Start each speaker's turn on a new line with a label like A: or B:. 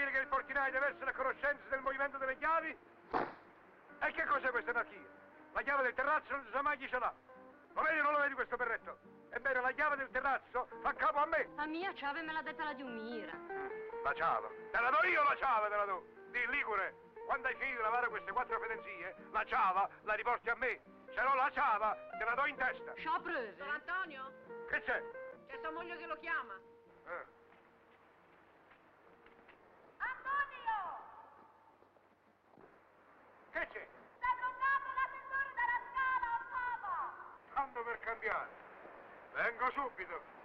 A: Lei deve essere a conoscenza del movimento delle chiavi? E che cos'è questa anarchia? La chiave del terrazzo non si sa mai chi ce l'ha. Lo vedi o non lo vedi questo berretto? Ebbene, la chiave del terrazzo fa capo a me.
B: La mia chiave me l'ha detta la Diumira.
A: La ciava. Te la do io la ciava, te la do. Di Ligure, quando hai finito di lavare queste quattro fedenzie, la ciava la riporti a me. Se no la ciava te la do in testa.
B: C'ho prese.
C: Don Antonio?
A: Che c'è?
C: C'è sua moglie che lo chiama.
A: Eh.
D: Antonio!
A: Che c'è?
D: L'ha bloccato l'assessore dalla scala, un uomo!
A: Tanto per cambiare. Vengo subito.